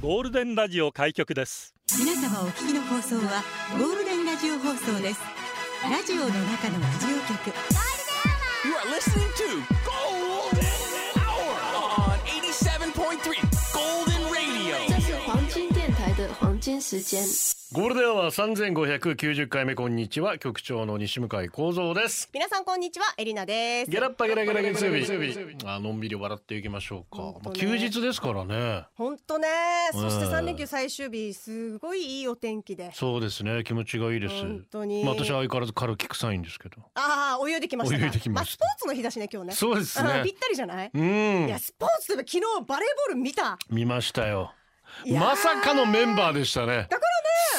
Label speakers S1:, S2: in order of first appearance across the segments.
S1: ゴールデンラジオ開局です
S2: 皆様お聞きの放送はゴールデンラジオ放送ですラジオの中のラジオ局
S3: You are listening to Golden Hour on 87.3 Golden Radio.
S4: 这是黄金电台的黄金时间。
S5: ゴールデンは三千五百九十回目こんにちは局長の西向井光三です。
S6: 皆さんこんにちはエリナです
S5: ゲラッパゲラゲラ月曜日。あのんびり笑っていきましょうか。
S6: 本
S5: ま
S6: 当
S5: あ
S6: ね
S5: 休日ですからね。
S6: 本当ねそして
S5: うん
S6: 三連休最終日すごいいいお天気で
S5: そうですね気持ちがいいです。
S6: 本当に
S5: まあ私は相変わらず軽気臭いんですけど。
S6: ああ泳いできましたか
S5: 泳いできました
S6: あ、スポーツの日だしね今日ね
S5: そうです
S6: あー
S5: ね
S6: ぴ。ったりじゃない、
S5: うん
S6: いやスポーツといえば昨日バレーボール見た
S5: 見ましたよ。
S6: いやー
S5: まさかのメンバーでしたね。
S6: だからね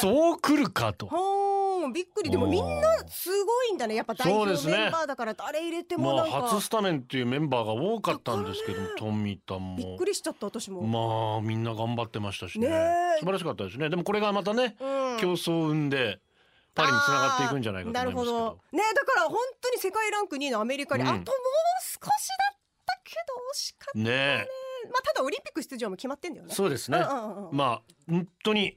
S5: そう来るかと。
S6: ほーんびっくりでも
S5: おー
S6: みんなすごいんだねやっぱ代
S5: そうで
S6: 表
S5: すね
S6: メンバーだから誰入れても
S5: ま
S6: な
S5: あ
S6: んか、
S5: 初スタメンっていうメンバーが多かったんですけども、
S6: だか
S5: 富田も。
S6: びっくりしちゃった私も、
S5: まあみんな頑張ってましたしね
S6: ねえ
S5: 素晴らしかったですねでもこれがまたね、
S6: うん
S5: 競争を生んでパリにつながっていくんじゃないかと思いますけ
S6: あーなる
S5: ど
S6: ほどねだから本当に世界ランク2位のアメリカに、
S5: うん
S6: あともう少しだったけど惜しかった
S5: ねえ
S6: まあただオリンピック出場も決まってんだよね
S5: そうですね、
S6: うんうんうん
S5: まあ本当に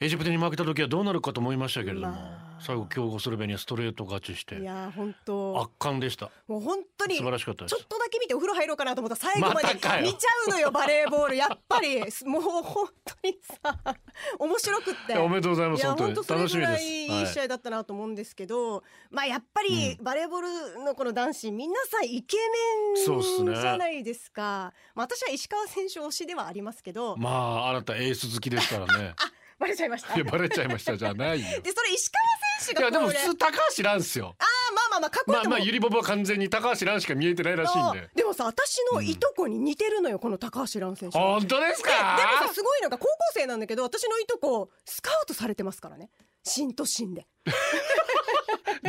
S5: エジプトに負けた時はどうなるかと思いましたけれども、
S6: まあ
S5: 最後強豪スロベニアストレート勝ちし
S6: い
S5: て
S6: やー本当
S5: 圧巻でした
S6: もう本当に
S5: 素晴らしかったで
S6: ち
S5: す
S6: ょっとだけ見てお風呂入ろうかなと思ったら最後まで
S5: またかよ
S6: 見ちゃうのよバレーボールやっぱりすもう本当にさ面白くって
S5: いやおめでとうございま
S6: い
S5: す
S6: や
S5: 本当
S6: 本
S5: に
S6: 当それ
S5: 楽し
S6: ぐ
S5: みで
S6: ら
S5: す
S6: いいい試
S5: はい
S6: 合だったなと思うんですけど、まあやっぱりバレーボールのこの男子皆さんイケ
S5: そうっす
S6: メ
S5: ね
S6: ンじゃないですか、まあ私は石川選手推しではありますけど、
S5: まああなたエース好きですから ね
S6: バレちゃいました
S5: い
S6: で
S5: やバレちゃいましたじゃないよ
S6: それ石
S5: い
S6: 川
S5: や
S6: 選手が
S5: でも
S6: こう
S5: 普
S6: ね
S5: 通高橋なんですよ
S6: あまあまあまあ過去
S5: まあ
S6: とも
S5: まあゆりぼぼは完全に高橋蘭しか見えてないらしいんで
S6: あ。でもさ私のいとこに似てるのよ、この高橋藍選手
S5: 本当です
S6: ででも
S5: か
S6: さ。すごいのが高校生なんだけど私のいとこスカウトされてますからね新都心で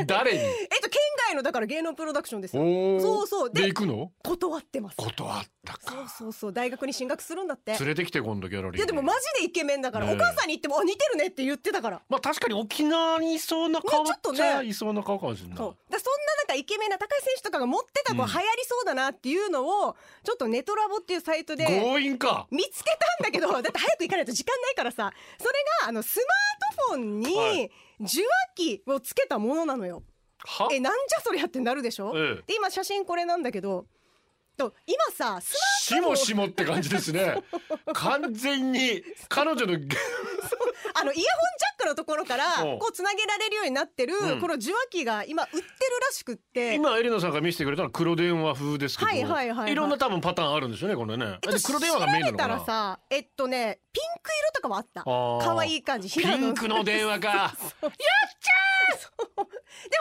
S5: 誰に。
S6: えっと県外のだから芸能プロダクションですよ
S5: おお。
S6: そうそうで
S5: で行くの？
S6: 断ってます
S5: 断った
S6: そ
S5: か
S6: う。そうそう大学に進学するんだって
S5: 連れてきて今度ギャラリー。
S6: いやでもマジでイケメンだから、
S5: ねえ
S6: お母さんに言ってもあ似てるねって言ってたから
S5: まあ確かに沖縄にいそうな顔っ
S6: ねちょっとね
S5: ちゃいそうな顔かもしれない。
S6: そうだからそんななんかイケメンな高橋選手とかが持ってた子流
S5: うん
S6: 行りそうだなっていうのをちょっとネトラボっていうサイトで
S5: 強引か。
S6: 見つけたんだけどだって早く行かないと時間ないからさそれがあのスマートフォン
S5: はい
S6: に受話器をつけたものなのよ。
S5: は。
S6: えなんじゃそりゃってなるでしょ、
S5: ええ
S6: で今写真これなんだけどと今さス
S5: しもしもって感じです ね。完全に彼女の
S6: マあのイヤホンジャックのところから
S5: うん
S6: こうつなげられるようになってる、
S5: うん
S6: この受話器が今売ってるらしくって。
S5: 今エリナさんが見せてくれたのは黒電話風ですけど、
S6: はいはいはいはい
S5: ろんな多分パターンあるんですよねこれね。
S6: えっと、
S5: で黒電話がメインな
S6: 調べ
S5: の
S6: た
S5: からな。
S6: さえっとねピンク色とかもあった
S5: あー
S6: 可愛い感じ
S5: ピンクの
S6: で
S5: 電話か。
S6: でも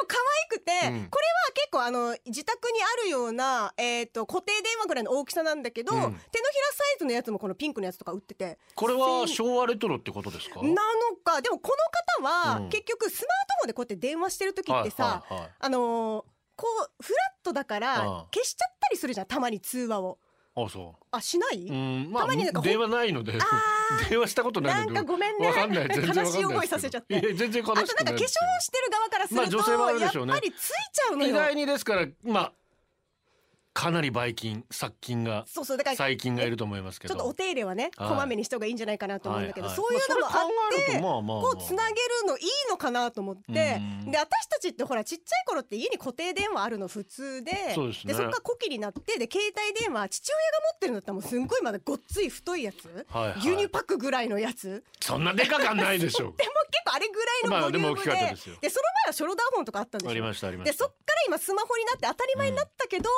S6: 可愛くて、
S5: うん
S6: これは結構あの自宅にあるような、えー、と固定電話ぐらいの大きさなんだけど、
S5: うん
S6: 手のひらサイズのやつもこのピンクのやつとか売ってて
S5: これ は
S6: せん
S5: 昭和レトロってことですか。
S6: なのかでもこの方は、
S5: うん
S6: 結局スマートフォンでこうやって電話してる時ってさ、
S5: はいはいはい
S6: あのーこうフラットだか
S5: ああ
S6: ら消しちゃったりするじゃんたまに通話を
S5: あそ。
S6: あしないう
S5: うんまあ
S6: たまになんかほん
S5: 電話ないので
S6: あ
S5: 電話したことな
S6: ない
S5: の
S6: ん
S5: で。
S6: かごめんね
S5: わかんない全然わかんないです
S6: 悲し
S5: け
S6: い
S5: ど。
S6: 思いさせちゃっ
S5: いや
S6: て
S5: 全然悲しく
S6: あ
S5: な
S6: と
S5: い
S6: な
S5: です
S6: んか
S5: け
S6: 化
S5: ど
S6: 粧してる側からする
S5: まあ女性はある
S6: と
S5: で
S6: や
S5: しょう
S6: っ
S5: ね
S6: ぱりついちゃうの
S5: 意
S6: よ
S5: 外にですからまあかなりばい菌殺菌が
S6: そうそうだから
S5: 細菌がいると思いますけ
S6: ちょ
S5: ど。
S6: っとお手入れはね、
S5: はい
S6: こまめにした方がいいんじゃないかなと思うんだけど、
S5: はは
S6: そういうのもあ
S5: まあそ
S6: っ
S5: れ考え
S6: て、
S5: るとまあまあまあ
S6: こうつなげるのいいのかなと思って、で
S5: うん
S6: 私たちってほらちっちゃい頃って家に固定電話あるの普通で
S5: そうですね
S6: そこからコキになってで携帯電話父親が持ってるんだったらもうすんごいまだごっつい太いやつ、
S5: はいはい
S6: 牛乳パックぐらいのやつ
S5: そんなでかかんないでしょう。
S6: でも結構あれぐらいのボリ
S5: ま
S6: ュームで,、
S5: あでも大きかったですよ
S6: その前はショルダーフォンとかあったんですよ
S5: ありましたありま
S6: で
S5: し
S6: そ
S5: た
S6: っか。ら今スマホになって当たり前になったけど、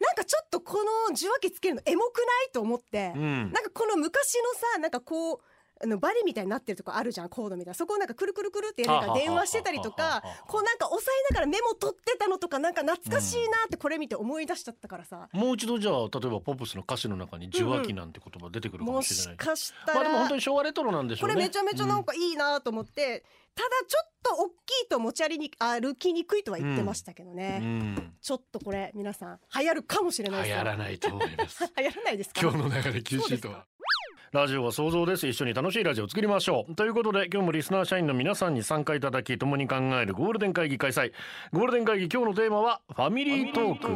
S6: なんかちょっとこの受話器つけるのエモくないと思って、
S5: うん
S6: なんかこの昔のさなんかこうあのバリみたいになってるとこあるじゃんコードみたいなそこをなんかくるくるくるってやりながら電話してたり
S5: は
S6: と
S5: はは
S6: か
S5: ははは
S6: こうなんか押さえながらメモ取ってたのとかなんか懐かしいなってこれ見て思い出しちゃったからさ、
S5: もう一度じゃあ例えばポップスの歌詞の中に受話器なんて言葉出てくるかも
S6: も
S5: しれ
S6: し
S5: ない。
S6: かした
S5: まあでも
S6: ら
S5: 本当に昭和レトロなんでしょ
S6: こ
S5: うね。
S6: れめちゃめちゃなん
S5: か
S6: かいいなと思って、ただちょっと大きいと持ち歩きに歩きにくいとは言ってましたけどね、
S5: うん
S6: ちょっとこれ皆さん流行るかもしれ
S5: 流
S6: ないですよ
S5: 行らないと思います。
S6: 流行らないですか
S5: 今日の流れ禁止とはラジオは想像です一緒に楽しいラジオを作りましょうということで今日もリスナー社員の皆さんに参加いただき共に考えるゴールデン会議開催ゴールデン会議今日のテーマはファミリートークフ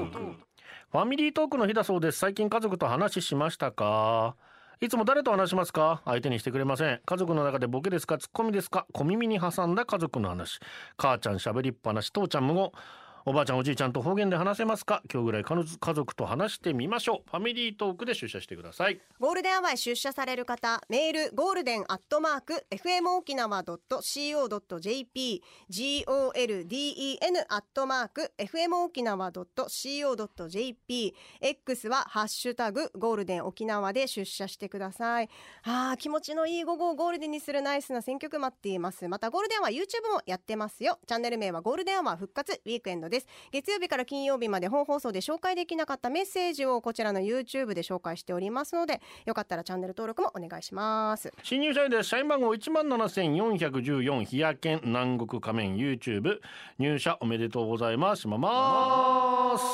S5: ァミリートークの日だそうです最近家族と話しましたかいつも誰と話しますか相手にしてくれません家族の中でボケですかツッコミですか小耳に挟んだ家族の話母ちゃん喋りっぱなし父ちゃん無言おばあちゃんおじいちゃんと方言で話せますか今日ぐらい彼女家族と話してみましょうファミリートークで出社してください
S6: ゴールデンアワーへ出社される方、メール、ゴールデンアットマーク、fmokinawa.co.jp、golden アットマーク、fmokinawa.co.jp、X はハッシュタグ、ゴールデン沖縄で出社してください。あー、気持ちのいい午後をゴールデンにするナイスな選曲待っています。また、ゴールデンは YouTube もやってますよ。チャンネル名はゴールデンは復活ウィークエンドです。月曜日から金曜日まで本放送で紹介できなかったメッセージをこちらの YouTube で紹介しておりますので、よかったらチャンネル登録もお願いします。
S5: 新入社員です社員番号17,414日焼け南国仮面 YouTube 入社おめでとうございますしまます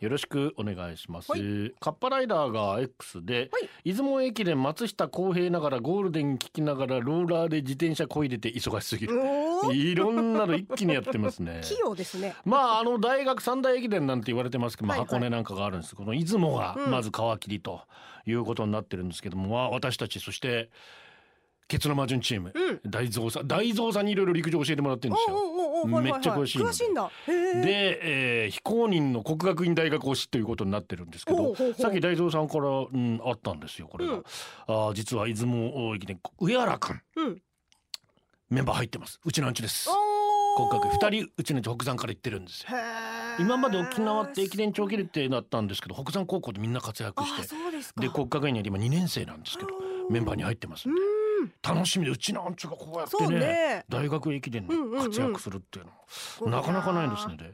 S5: よろしくお願いします、
S6: はい
S5: カッパライダーが X で、
S6: はい
S5: 出雲駅伝松下洸平ながらゴールデン聞きながらローラーで自転車こいでて忙しすぎる
S6: おー
S5: いろんなの一気にやってます ね
S6: 器用ですね。
S5: まああの大学三大駅伝なんて言われてますけど、まあ
S6: はいはい
S5: 箱根なんかがあるんですこの出雲が
S6: うん
S5: まず皮切りということになってるんですけども、まあ私たちそしてケツの魔順チーム、大蔵さん大蔵さんにいろいろ陸上教えてもらってるん
S6: お
S5: です
S6: ー
S5: よ。
S6: おーおーおー、はいはいはい
S5: めっちゃ詳しいので
S6: 詳しいんだ。へー
S5: で、えー非公認の国学院大学推しということになってるんですけ
S6: ほう
S5: ど
S6: ほうほう
S5: さっき大蔵さんから、うん、あったんですよこれが、
S6: うん
S5: あー実は出雲駅伝上原君
S6: うん。
S5: メンバー入ってますうちのうちです
S6: お
S5: 国
S6: ー
S5: 学二人うちのうち北山から行ってるんですよ
S6: へー
S5: 今まで沖縄って駅伝長距離ってなったんですけど北山高校でみんな活躍
S6: あ
S5: して
S6: ー、そうですか。
S5: で国家学院には今2年生なんですけどメンバーに入ってますんで
S6: うん。
S5: 楽しみでうちなんちゅうがこうやって
S6: そう
S5: ね
S6: ね。
S5: 大学駅伝で
S6: うんうんうん
S5: 活躍するっていうの、なかなかないですねで、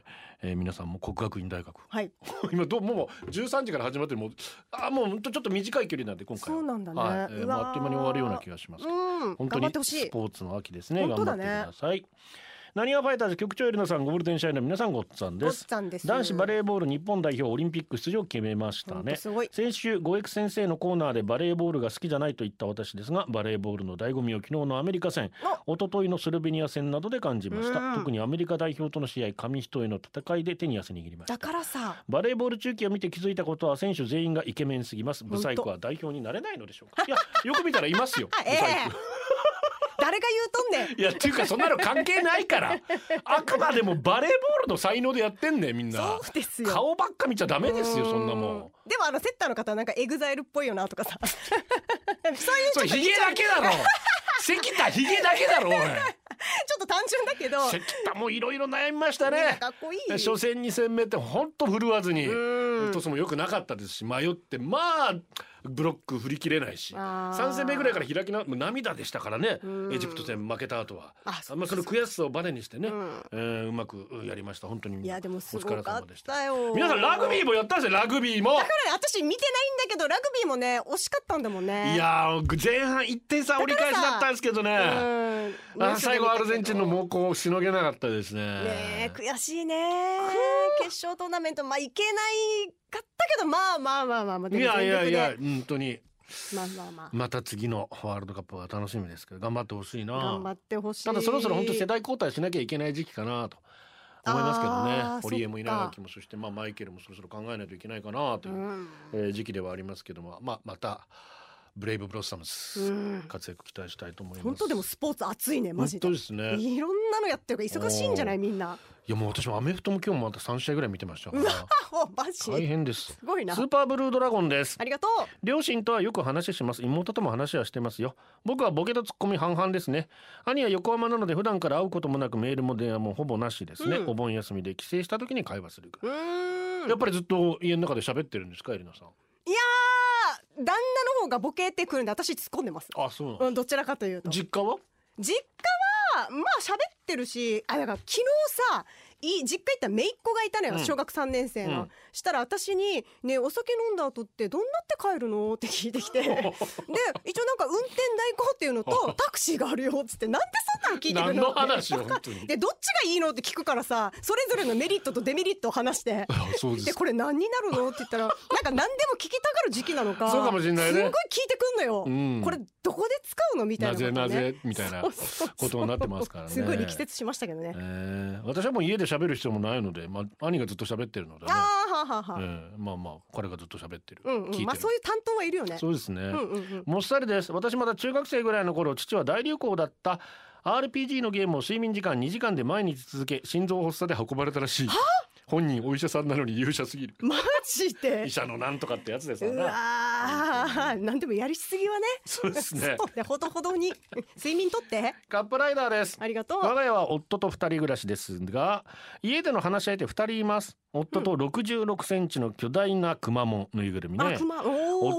S5: えー皆さんも国学院大学
S6: はい。
S5: 今どうもう13時から始まってるもうあーもうほんとちょっと短い距離なんで今回
S6: そ
S5: は
S6: うなんだね。
S5: はいえー
S6: う
S5: ま
S6: わ
S5: あ
S6: ー
S5: あっという間に終わるような気がしますけど
S6: う
S5: 本
S6: ん。
S5: 当
S6: 頑
S5: に
S6: 張ってほし
S5: ス
S6: い。
S5: ポーツの秋ですね。
S6: 本
S5: 頑
S6: 当
S5: 張っ
S6: だ
S5: て
S6: ね
S5: ください。なにわファイターズ局長エリナさん、ゴールデン社員の皆さん、ごっつぁん
S6: ご
S5: で
S6: っ
S5: す。
S6: つぁんです
S5: 男子バレーボール日本代表オリンピック出場を決めました
S6: ほん
S5: ね
S6: と。すごい。
S5: 先週五エ先生のコーナーでバレーボールが好きじゃないと言った私ですがバレーボールの醍醐味を昨日のアメリカ戦一昨日のスロベニア戦などで感じまし
S6: う
S5: た
S6: ん
S5: 特にアメリカ代表との試合紙一重の戦いで手に汗握りまし
S6: だ
S5: た
S6: からさ。
S5: バレーボール中継を見て気づいたことは選手全員がイケメンすぎますブサイクは代表になれないのでしょうかいやよく見たらいますよ
S6: あ
S5: ブ
S6: ええ
S5: サイク
S6: 誰が言うとんねん。
S5: いやっていうかそんなの関係ないからあくまでもバレーボールの才能でやってんねみんな
S6: そうですよ。
S5: 顔ばっか見ちゃダメですよそんなもん
S6: う。でもあのセッターの方なんかエグザイルっぽいよなとか さ。そういうちょ
S5: それ
S6: っと
S5: ヒゲだけだ ろ関田ヒゲだけだろおい
S6: ちょっと単純だけど。
S5: 関田もいろいろ悩みました
S6: みんな
S5: ね
S6: かっこいい。
S5: 初戦2戦目ってほんと振るわずに
S6: うん
S5: トスも良くなかったですし迷ってまあブロック振り切れないし
S6: あー
S5: 3戦目ぐらいから開きなもう涙でしたからね
S6: うん
S5: エジプト戦負けた後は
S6: あそっか
S5: まあその悔しさをバネにしてね、
S6: うん
S5: えーうまくやりました本当に
S6: いやでもすご
S5: お疲れ
S6: か
S5: 様
S6: っ
S5: でした
S6: たよ。
S5: 皆さんラグビー
S6: だ
S5: もやったんですよラグビーも
S6: からね私見てないんだけどラグビーもね惜しかったんだもんね。
S5: いやー前半1点差折り返しだったんですけど
S6: う
S5: ね
S6: ん。
S5: あ最後アルゼンチンの猛攻をしのげなかったですね
S6: ねえ悔しいね決勝トーナメントまあいけないかったけどまあまあまあまあまあで
S5: い
S6: も
S5: やいやいや
S6: 全力
S5: 本当に
S6: でまあまあまあ
S5: また次のワールドカップは楽しみですけど頑張ってほしい
S6: 頑張
S5: な
S6: ってほしい
S5: ただそろそろ本当世代交代しなきゃいけない時期かなと思いますけど
S6: あ
S5: ね
S6: ー
S5: 堀江も稲垣
S6: そ
S5: もそしてまあマイケルもそろそろ考えないといけないかなというう、
S6: ん
S5: えー時期ではありますけども、まあ、またブレイブブロッサム
S6: う
S5: ズ
S6: ん
S5: 活躍期待したいと思います。
S6: 本当でもスポーツ熱いねマ
S5: 本
S6: ジで
S5: 当ですね。い
S6: いろんなのやってるから忙しいんじゃない
S5: お
S6: みんな
S5: やもう私もアメフトも今日もまた3試合ぐらい見てましたか
S6: う
S5: ら
S6: あおマジ
S5: 大変です。
S6: すごいな
S5: スーパーブルードラゴンです
S6: あ。りがとう
S5: 両親とはよく話します妹とも話はしてますよ僕はボケとツッコミ半々ですね兄は横浜なので普段から会うこともなくメールも電話もほぼなしですね、
S6: うん
S5: お盆休みで帰省した時に会話するぐら
S6: うーん
S5: いやっぱりずっと家の中で喋ってるんですかエリナさん
S6: いやー旦那の方がボケてくるんで私突っ込んでます
S5: あそうな
S6: うんどちらかというと
S5: 実家は
S6: 実家はまあ喋ってるしあだから昨日さい実家行った姪っ子がいたのよ、
S5: うん
S6: 小学3年生の、
S5: うん
S6: したら私に「ねお酒飲んだ後ってどんなって帰るの?」って聞い てきてで一応なんか運転代行っていうのとタクシーがあるよっつってなんでそんなの聞いてくる
S5: 何
S6: の
S5: の話よ
S6: って
S5: 本当に
S6: でどっちがいいのって聞くからさそれぞれのメリットとデメリットを話して
S5: あそうです
S6: でこれ何になるのって言ったらなんか何でも聞きたがる時期なのか
S5: そうかもしんないね
S6: すごい聞いてくんのよ、
S5: うん
S6: これどこで使うのみたいなこと、ね、
S5: なぜなぜみたいな
S6: そうそうそう
S5: ことになってますからね
S6: すごい力説しましたけどね、
S5: えー私はもう家で喋る必要もないので、まあ、兄がずっと喋ってるのでね、
S6: ああははは、
S5: えーまあまあ彼がずっと喋ってる、
S6: うん
S5: 聞
S6: う
S5: い
S6: ん、まあ
S5: てる
S6: そういう担当はいるよね
S5: そうですね、
S6: うんうんうん
S5: もっさりです私まだ中学生ぐらいの頃父は大流行だった RPG のゲームを睡眠時間2時間で毎日続け心臓発作で運ばれたらしい本人お医者さんなのに勇者すぎる
S6: マジで
S5: 医者のなんとかってやつですわ
S6: う
S5: な
S6: わーなんでもやりすぎはね
S5: そうですね
S6: そうねほどほどに睡眠とって
S5: カップライダーです
S6: ありがとう
S5: 我が家は夫と2人暮らしですが家での話し相手2人います夫と6 6センチの巨大なくまモンぬいぐるみね
S6: あ熊おー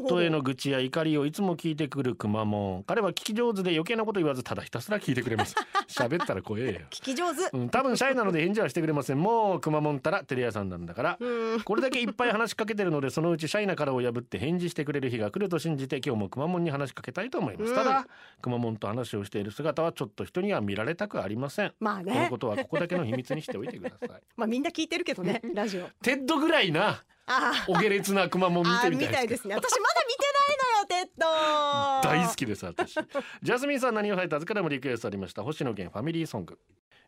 S5: 夫への愚痴や怒りをいつも聞いてくるくまモン彼は聞き上手で余計なこと言わずただひたすら聞いてくれます喋ったら怖えよ
S6: 聞き上手
S5: うん、多分シャイなので返事はしてくれませんもうくまモンたらテレ屋さんなんだから
S6: うん
S5: これだけいっぱい話しかけてるのでそのうちシャイな殻を破って返事してくれる日が来ると信じて今日もくまモンに話しかけたいと思います、
S6: うん
S5: ただくまモンと話をしている姿はちょっと人には見られたくありません
S6: まあ
S5: この
S6: ね
S5: ことはここだけの秘密にしておいてくだ さい
S6: まあみんな聞いてるけどねラジオ
S5: テッドぐらいな
S6: あー
S5: お下劣なくまモン見
S6: あ
S5: て
S6: ー
S5: み
S6: み
S5: た
S6: た
S5: い
S6: い
S5: で
S6: ですすね私まだ見てないのよテッド
S5: 大好きです私ジャスミンさん何をされたずからもリクエストありました星野源ファミリーソング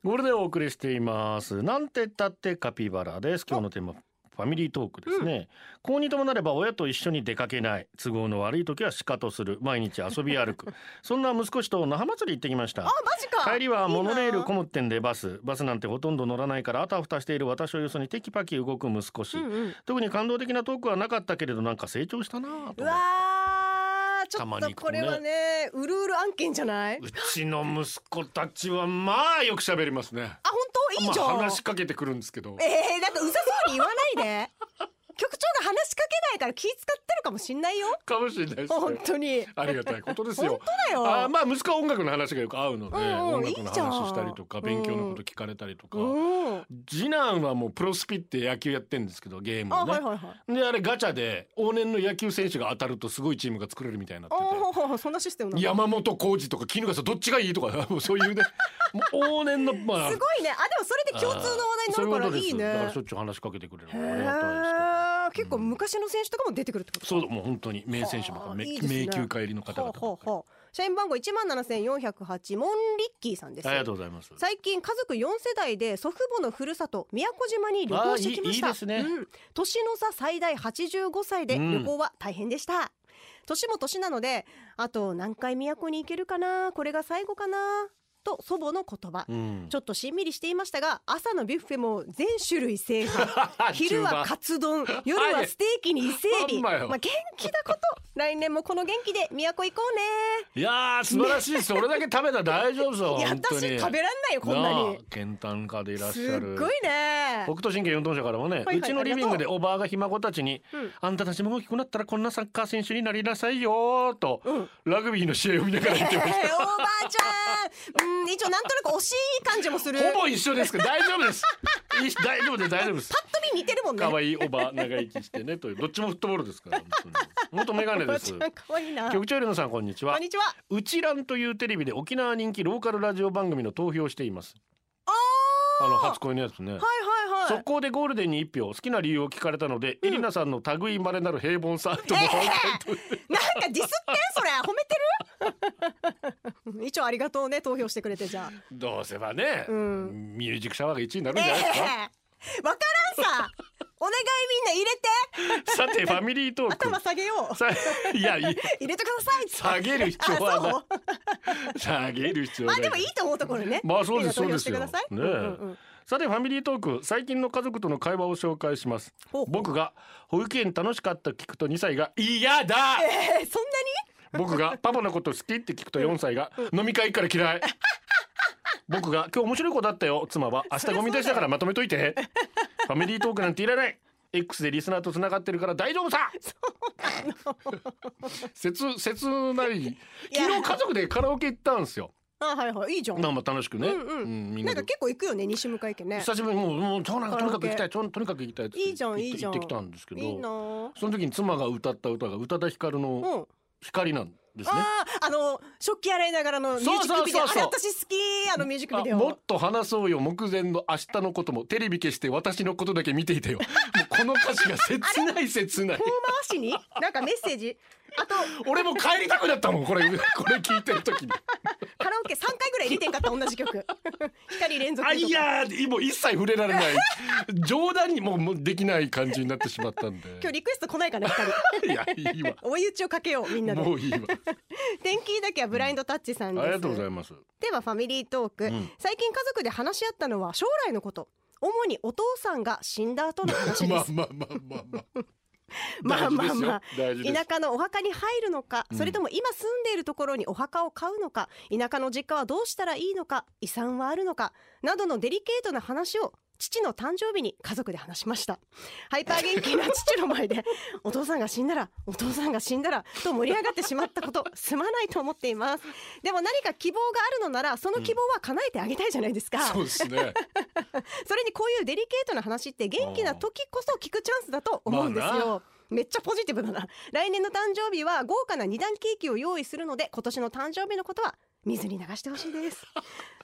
S5: ゴールデンをお送りしていますなんてったってカピバラです今日のテーマファミリートークですね、高2ともなれば親と一緒に出かけない都合の悪い時はシカとする毎日遊び歩くそんな息子氏と那覇祭り行ってきました
S6: あマジか
S5: 帰りはい
S6: いな
S5: モノレール混むってんでバスバスなんてほとんど乗らないからあたふたしている私をよそにテキパキ動く息子氏、
S6: うんうん
S5: 特に感動的なトークはなかったけれどなんか成長したなぁと思って
S6: うわーちょ
S5: たま
S6: っ
S5: に
S6: と
S5: こう
S6: こ
S5: ね
S6: れはねうるうる案件じゃないう
S5: ちの息子たちはまあよく喋りますね。
S6: あ本当いいじゃん、
S5: まあ、話しかけてくるんですけど。
S6: えー、なんかうざそうに言わないで 局長が話しかけないから気使ってるかもしんないよ
S5: かもしれないです、
S6: 本
S5: ね。
S6: 当に
S5: ありがたいことです
S6: 本
S5: よ
S6: 当。だよ
S5: あーまあ息子は音楽の話がよく合うので、
S6: うんうん
S5: 音楽の
S6: いいじゃん
S5: 話したりとか勉強のこと聞かれたりとか、
S6: うん
S5: 次男はもうプロスピって野球やってんですけどゲーム
S6: あ
S5: をね、
S6: はいはいはい
S5: であれガチャで往年の野球選手が当たるとすごいチームが作れるみたいになっ
S6: あ
S5: てて
S6: ーほうほうそんなシステムなの
S5: 山本浩二とか絹笠どっちがいいとか もうそういうねもう往年のまあ
S6: すごいねあでもそれで共通の話題になる
S5: あーそううこと
S6: から
S5: です
S6: いい
S5: だから
S6: ね
S5: しょっちゅう話しかけてくれるのがありがたいですけど。
S6: へえ結構昔の選手とかも出てくるってこと
S5: そうもう本当に名選手ばっか
S6: はあ
S5: りめ
S6: いいですね
S5: 名球会入りの方々ばっかり
S6: ほうほうほう社員番号一万七千四百八モンリッキーさんです
S5: ありがとうございます
S6: 最近家族4世代で祖父母のふるさと宮古島に旅行してきました
S5: あーいいいいですね
S6: うん、年の差最大85歳で
S5: うん
S6: 旅行は大変でした、年も年なのであと何回宮古に行けるかなこれが最後かなと祖母の言葉、
S5: うん
S6: ちょっとしんみりしていましたが朝のビュッフェも全種類制覇昼はカ ツ丼夜はステーキに伊勢エビ
S5: ま
S6: ま
S5: んま
S6: あ
S5: よ
S6: 元気だ こと来年もこの元気で宮古行こう
S5: い
S6: ね
S5: やー素晴らしいですそれだけ食べたら大丈夫ですよ
S6: いや
S5: 本当に
S6: 私食べらんないよこんな
S5: あ
S6: に
S5: 健胆家でいらっし
S6: す
S5: ゃ
S6: っ
S5: る
S6: ごいね
S5: 北斗神経四等社からもね、
S6: はいはいう
S5: ちのリビングでおばあがひ孫たちに、
S6: うん
S5: あんたたちも大きくなったらこんなサッカー選手になりなさいよーと、
S6: うん
S5: ラグビーの試合を見ながら
S6: え
S5: 言ってまし
S6: ーおばあちゃん、うん、一応なんとなく惜しい感じもする。
S5: た、ほ
S6: ぱっ
S5: ぼ一緒ですけど大丈夫ですいい大丈夫です大丈夫です
S6: と見似てるもんね。
S5: 可愛いおばあ長生きしてねというどっちもフットボールですから本当に元メガネ
S6: おば
S5: で
S6: あち
S5: す
S6: ゃん可愛いな。こ
S5: 局長エレナさんこんにちは
S6: んにちは。
S5: うちらんというテレビで沖縄人気ローカルラジオ番組の投票をしています
S6: あ
S5: あの初恋のやつね、
S6: あ、はいはいはい
S5: 速。攻でゴールデンに一票好きな理由を聞かれたので、エリナさんの類まれなる平凡さとも、
S6: なんかディスってんそれ褒めてる？ 一応ありがとうね投票してくれてじゃあ。
S5: どうせばね、
S6: うん
S5: ミュージックシャワーが一位になる
S6: え
S5: んじゃないですか、
S6: えわからんさ。お願いみんな入れて。
S5: さてファミリートー
S6: 頭
S5: ク
S6: 下げよう。
S5: さいやいや
S6: 入れてくださいって。
S5: 下げる必要はない
S6: あそう
S5: 下げる必要
S6: ま
S5: ない
S6: あでもいいと思うところね。
S5: まあそうです
S6: みんな投票してください
S5: そうです
S6: う
S5: よ
S6: んうんうん
S5: さてファミリートーク最近の家族との会話を紹介します
S6: ほうほう
S5: 僕が保育園楽しかった聞くと2歳が嫌だ
S6: えーそんなに？
S5: 僕がパパのこと好きって聞くと4歳が飲み会行くから嫌い僕が今日面白い子だったよ妻は明日ゴミ出しだからまとめといてファミリートークなんていらない X でリスナーと繋がってるから大丈夫さそうなの切切ない
S6: いや
S5: 昨日家族でカラオケ行ったんですよ
S6: あはいはいいいじゃん
S5: まあまあ楽しくね、
S6: うんうん
S5: みんな
S6: な
S5: ん
S6: か
S5: で
S6: 結構行くよね西向井家ね
S5: 久しぶりにもうもうとにかくとにかく行きたいととにかく行きたいって
S6: いいじゃん
S5: 言って
S6: いいじゃん
S5: 行ってきたんですけど
S6: いいなあ
S5: その時に妻が歌った歌が宇多田ヒカル
S6: う
S5: の
S6: ん
S5: 「光」なんですね。
S6: あーあの食器洗いながらのミュージックビデ
S5: そうそうそ
S6: オ
S5: うそう
S6: あれ私好きあのミュージックビデ
S5: あもっ
S6: オ
S5: と話そうよ目前の明日のこともテレビ消して私のことだけ見てい てよもうこの歌詞が切ない切ない
S6: 遠回しになんかメッセージあと
S5: 俺もう帰りたくなったもんこれこれ聞いてる時 に
S6: カラオケ三回ぐらい入れてんかった同じ曲 光連続
S5: あ
S6: とか
S5: いやーもう一切触れられない冗談にももうできない感じになってしまったんで
S6: 今日リクエスト来ないかな 光
S5: いやいいわ
S6: 追 い打ちをかけようみんなで
S5: もう いいわ
S6: 天気だけはブラインドタッチさんです
S5: ありがとうございます
S6: ではファミリートーク、
S5: ん
S6: 最近家族で話し合ったのは将来のこと主にお父さんが死んだ後の話です
S5: まあまあまあまあまあ
S6: まあまあまあ
S5: 大事ですよ大事です
S6: 田舎のお墓に入るのか、
S5: うん
S6: それとも今住んでいるところにお墓を買うのか田舎の実家はどうしたらいいのか遺産はあるのかなどのデリケートな話を父の誕生日に家族で話しましたハイパー元気な父の 前でお父さんが死んだらお父さんが死んだらと盛り上がってしまったことすまないと思っていますでも何か希望があるのならその希望は叶えてあげたいじゃないですか、
S5: そうです ね
S6: それにこういうデリケートな話って元気な時こそ聞くチャンスだと思うんですよ。
S5: まあな
S6: めっちゃポジティブだな来年の誕生日は豪華な二段ケーキを用意するので今年の誕生日のことは水に流してほし いです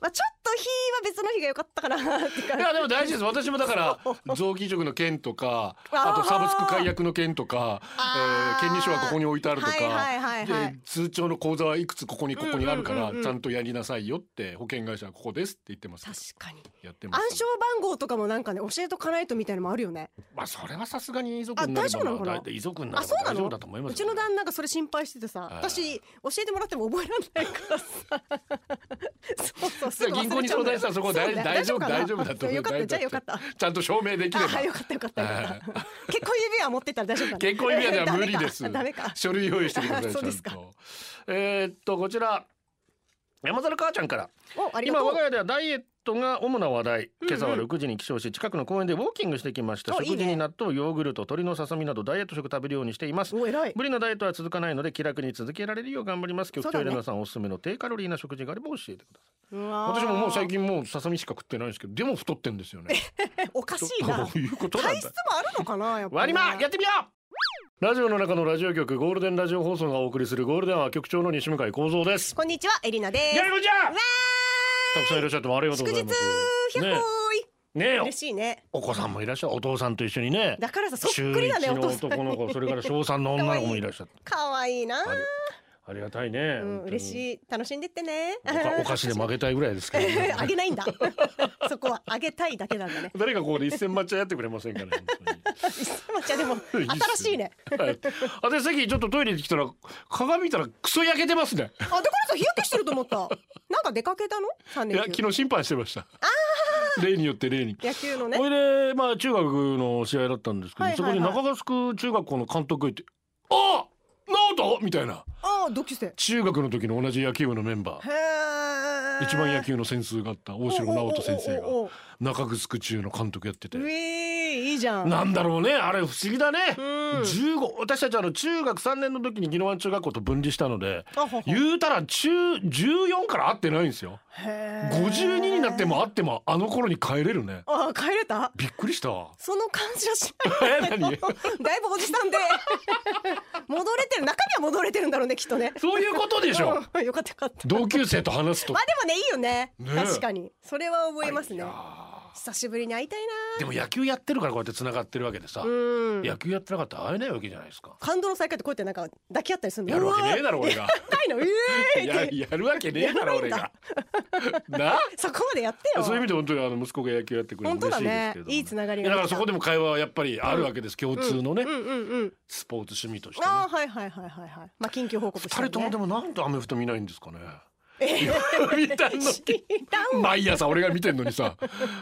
S6: まあちょっと日は別の日が良かったかなっ
S5: い
S6: て感じ
S5: やでも大事です私もだから臓器移植の件とかあ
S6: あー
S5: とサブスク解約の件とか、え
S6: あ
S5: ー、
S6: ー
S5: 権利書はここに置いてあるとか、
S6: はいはいはいはい
S5: で通帳の口座はいくつここにここにあるから、
S6: うんうんうんうん
S5: ちゃんとやりなさいよって保険会社はここですって言ってますけど
S6: 確かに
S5: やってま
S6: 暗
S5: す
S6: 証番号とかもなんかね教えとかないとみたいなのもあるよね
S5: まあそれはさすがに遺族になれ
S6: あ大丈夫な
S5: ば
S6: のか
S5: ま
S6: な
S5: あ大遺族にな
S6: あ
S5: れ
S6: そ
S5: ば
S6: うな
S5: 大丈
S6: の
S5: 夫だと思います
S6: う
S5: よ
S6: ちの旦那がそれ心配しててさ
S5: あー
S6: 私教えてもらっても覚えられないからさそうそ うすぐ忘れちゃうんだ
S5: 銀行に相談
S6: よ
S5: したらそこは大
S6: そうだ
S5: 大丈夫
S6: かな
S5: 大丈夫だと思う
S6: よかったじゃあよかった
S5: ちゃんと証明できれば
S6: あよかったよかったよかった結婚指輪持ってったら大丈夫かな
S5: 健康指輪では無理です
S6: ダメか
S5: 書類用意してください
S6: そうで
S5: ち
S6: す
S5: ゃ
S6: か
S5: んとえーっとこちら山猿母ちゃんから
S6: おあり
S5: 今
S6: がとう
S5: 我が家ではダイエットが主な話題
S6: うん
S5: 今朝は6時に起床し近くの公園でウォーキングしてきました
S6: お
S5: 食
S6: いいね
S5: 事に納豆ヨーグルト鶏のささみなどダイエット食食べるようにしています
S6: お偉い
S5: 無理なダイエットは続かないので気楽に続けられるよう頑張ります局
S6: そ
S5: 長エ
S6: うだね
S5: レナさんおすすめの低カロリーな食事があれば教えてくださ
S6: うわ
S5: い
S6: ー
S5: 私ももう最近もうささみしか食ってないんですけどでも太ってんですよね
S6: おかし いな
S5: どういうことなん
S6: 体質
S5: だ
S6: もあるのかなやっぱ
S5: 割りまやってみようラジオの中のラジオ局ゴールデンラジオ放送がお送りするゴールデンは局長の西向井光三です
S6: こんにちはエリナです
S5: ギャルちゃん
S6: わ
S5: たくさんいらっしゃってもありが
S6: ー
S5: とう
S6: 祝
S5: ござ
S6: 日
S5: います
S6: 百
S5: ね
S6: 0
S5: ねえ
S6: 嬉しいね
S5: お子さんもいらっしゃるお父さんと一緒にね
S6: だからさそっくりだね
S5: 中一の
S6: お父さん
S5: 男の子そ れから小三の女の子もいらっしゃって
S6: 可愛いな
S5: あありがたいね、
S6: うん嬉
S5: い
S6: しい楽しんでってね、
S5: おかお菓子で負けたいぐらいですけど、ね
S6: あげないんだ そこはあげたいだけなんだね
S5: 誰かここで一戦抹茶やってくれませんかね本
S6: まちゃんでも
S5: 当にっす
S6: 新しいね
S5: はいあでさっきちょっとトイレに来たら鏡見たらクソ焼けてますね
S6: あだからさ日焼けしてると思ったなんか出かけたの三
S5: いや
S6: 年
S5: 昨日審判してました例によって例に
S6: 野球のね
S5: これでまあ中学の試合だったんですけど、
S6: はいはいはい
S5: そこに中川宿中学校の監督がいて「ああ直人!」みたいな
S6: ああ同級生へ
S5: 中学の時の同じ野球部のメンバー
S6: え
S5: 一番野球のセンスがあった大城直人先生
S6: おおおお
S5: が
S6: お
S5: 中城中の監督やってて
S6: うえーいいじゃん
S5: なんだろうねあれ不思議だね
S6: うん
S5: 15私たちあの中学3年の時に宜野湾中学校と分離したので
S6: あほほ
S5: 言うたら中14から会ってないんですよ
S6: へー
S5: 52になっても会ってもあの頃に帰れるね
S6: あ帰れた
S5: びっくりしたわ
S6: その感じはしない
S5: え何
S6: だいぶおじ さんで戻れてる中身は戻れてるんだろうねきっとね
S5: そういうことでしょ
S6: うんよかったよかった
S5: 同級生と話すと
S6: まあでもねいいよね
S5: ね
S6: 確かにそれは覚えます
S5: い
S6: ね
S5: やー
S6: 久しぶりに会いたい
S5: でも野球やってるからこうやって繋がってるわけでさ
S6: なうん
S5: 野球やってなかったら会えないわけじゃないですか
S6: 感動の再会ってこうやってなんか抱き合ったりするの
S5: やるわけねえだろ俺
S6: う
S5: が
S6: わー ないのうえ ー
S5: や
S6: って
S5: やるわけねえだろ俺がな
S6: そこまでやってよ
S5: そういう意味で本当にあの息子が野球やってくれるの
S6: 本当
S5: 嬉し
S6: だ
S5: いです
S6: ね
S5: けど、
S6: いいつながり
S5: い
S6: が
S5: や
S6: で
S5: だ
S6: き
S5: か
S6: た
S5: らそこでも会話はやっぱりあるわけです共通のね
S6: うんうんうん
S5: スポーツ趣味としてね
S6: ああはいはいはいはいはいまあ緊急報告した
S5: 二人ともで
S6: も
S5: もなんでアメフト見ないんですかね
S6: え
S5: 見た の
S6: ダウン
S5: 毎朝俺が見てんのにさ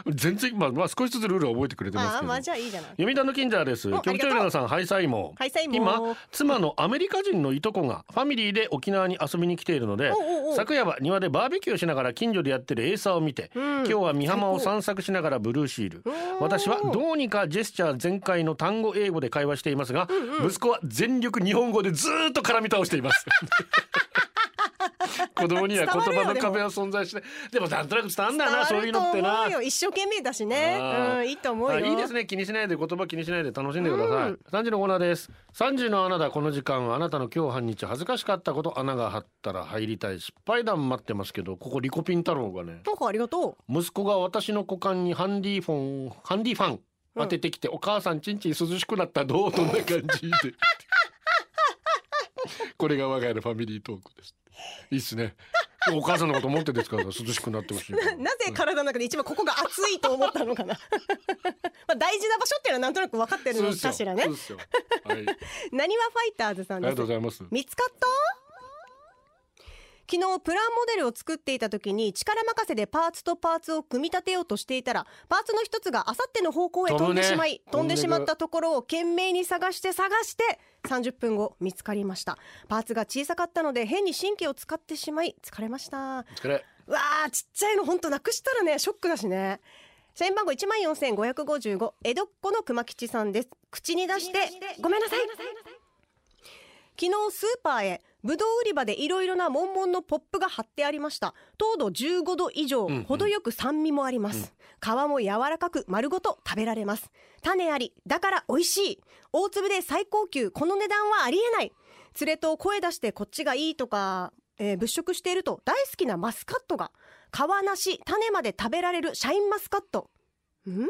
S5: 全然まあまあ少しずつルールは覚えてくれてます
S6: あ
S5: け
S6: あ
S5: ど
S6: まあじゃあいいじゃない
S5: 読谷の近所です
S6: お
S5: 局長皆さんハイサイモ
S6: ハイサイモー
S5: 今妻のアメリカ人のいとこがファミリーで沖縄に遊びに来ているので
S6: おうおうおう
S5: 昨夜は庭でバーベキューをしながら近所でやってるエイサーを見て、今日は美浜を散策しながらブルーシール私はどうにかジェスチャー全開の単語英語で会話していますが、息子は全力日本語でずーっと絡み倒しています 子供には言
S6: 伝わ
S5: 葉の
S6: るよでも
S5: 壁は存在しないでもなんとなく伝わんだな
S6: 伝
S5: そう
S6: わ
S5: いう
S6: る
S5: の
S6: と
S5: ってな
S6: 思うよ一生懸命だしね
S5: あー
S6: うんいいと思う
S5: あ
S6: よ
S5: いいですね気にしないで言葉気にしないで楽しんでください、3時のコーナーです3時のあなたこの時間はあなたの今日半日恥ずかしかったこと穴が張ったら入りたい失敗談待ってますけどここリコピン太郎がね
S6: なんかありがと
S5: 息子が私の股間にハンディフォンハンディファン当ててきて、お母さんちんちん涼しくなったどうどんな感じで これが我が家のファミリートークですいいっすねお母さんのこと思ってですから涼しくなってほしいう
S6: なぜ体の中で一番ここが熱いと思ったのかな まあ大事な場所っていうのはなんとなく分かってる
S5: そう
S6: の
S5: っすよ
S6: かしらね
S5: そうっすよはい
S6: なにわファイターズさ
S5: あ
S6: ん
S5: りが
S6: です
S5: とうございます。
S6: 見つかった昨日プラモデルを作っていた時に力任せでパーツとパーツを組み立てようとしていたらパーツの一つがあさっての方向へ飛んでしまい飛,、
S5: 飛ぶね
S6: んでしまったところを懸命に探して探して30分後見つかりましたパーツが小さかったので変に神経を使ってしまい疲れました
S5: お疲れ。
S6: うわーちっちゃいのほんとなくしたらねショックだしね社員番号一万四千五百五十五江戸っ子の熊吉さんです口に出してごめんなさい昨日スーパーへぶどう売り場でいろいろなモンモンのポップが貼ってありました糖度15度以上
S5: んうん
S6: 程よく酸味もあります、皮も柔らかく丸ごと食べられます種ありだから美味しい大粒で最高級この値段はありえない連れと声出してこっちがいいとか、えー物色していると大好きなマスカットが皮なし種まで食べられるシャインマスカットん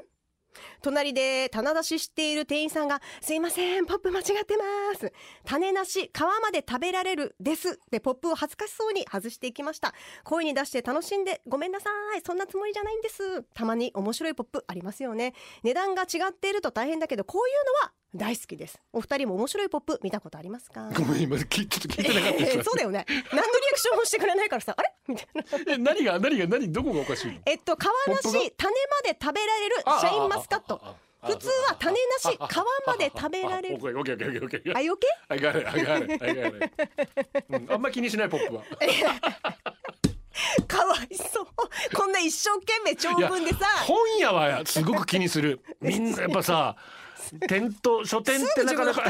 S6: 隣で棚出ししている店員さんが「すいませんポップ間違ってます」「種なし皮まで食べられるです」でポップを恥ずかしそうに外していきました声に出して楽しんでごめんなさいそんなつもりじゃないんですたまに面白いポップありますよね値段が違っていると大変だけどこういうのは大好きですお二人も面白いポップ見たことありますか
S5: ごめん今聞いちょっと聞いてなかったです。
S6: そうだよね何のリアクションもしてくれないからさあれみたいな
S5: え何が何が何どこがおかしいの？
S6: えっと皮なし
S5: ポッ
S6: 種ま
S5: プ
S6: で食べられるシャインマスカット普通は種なし皮まで食べられる
S5: オッケーオッケーオッケーオッケーオッケー。
S6: あよけ
S5: I got it, I got it, I got it. うんあんま気にしないポップは。
S6: かわいそうこんな一生懸命長文でさ
S5: 本屋はすごく気にする。みんなやっぱさ、店頭書店ってなかなか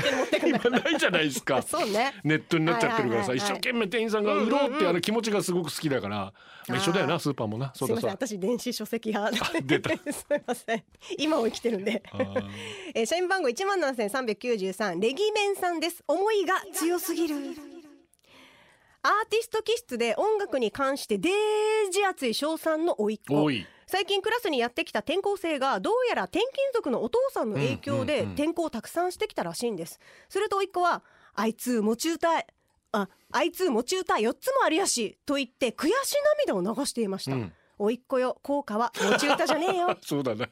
S5: 今ないじゃないですか。
S6: そうね
S5: ネットになっちゃってるからさ、
S6: はいはいはい
S5: 一生
S6: はい
S5: 懸命店員さんが売ろうってあの気持ちがすごく好きだから、まあ一緒だよなスーパーもな。そう
S6: す
S5: だ
S6: いま
S5: そ
S6: せ
S5: うんだ。
S6: 私電子書籍派
S5: 出 た
S6: すいません今を生きてるんで
S5: ー、
S6: えー、社員番号一万七千三百九十三レギメンさんです思いが強すぎるアーティスト気質で音楽に関してデージ熱い賞賛の甥っ子
S5: 多い。
S6: 最近クラスにやってきた転校生がどうやら転勤族のお父さんの影響
S5: うん
S6: で
S5: うんうん
S6: 転校をたくさんしてきたらしいんですすると甥っ子は「あいつ持ち歌えああいつ持ち歌4つもあるやし」と言って悔し涙を流していまし
S5: う
S6: た、
S5: ん
S6: 甥っ子よ効果は持ち歌じゃねえよ
S5: そうだな。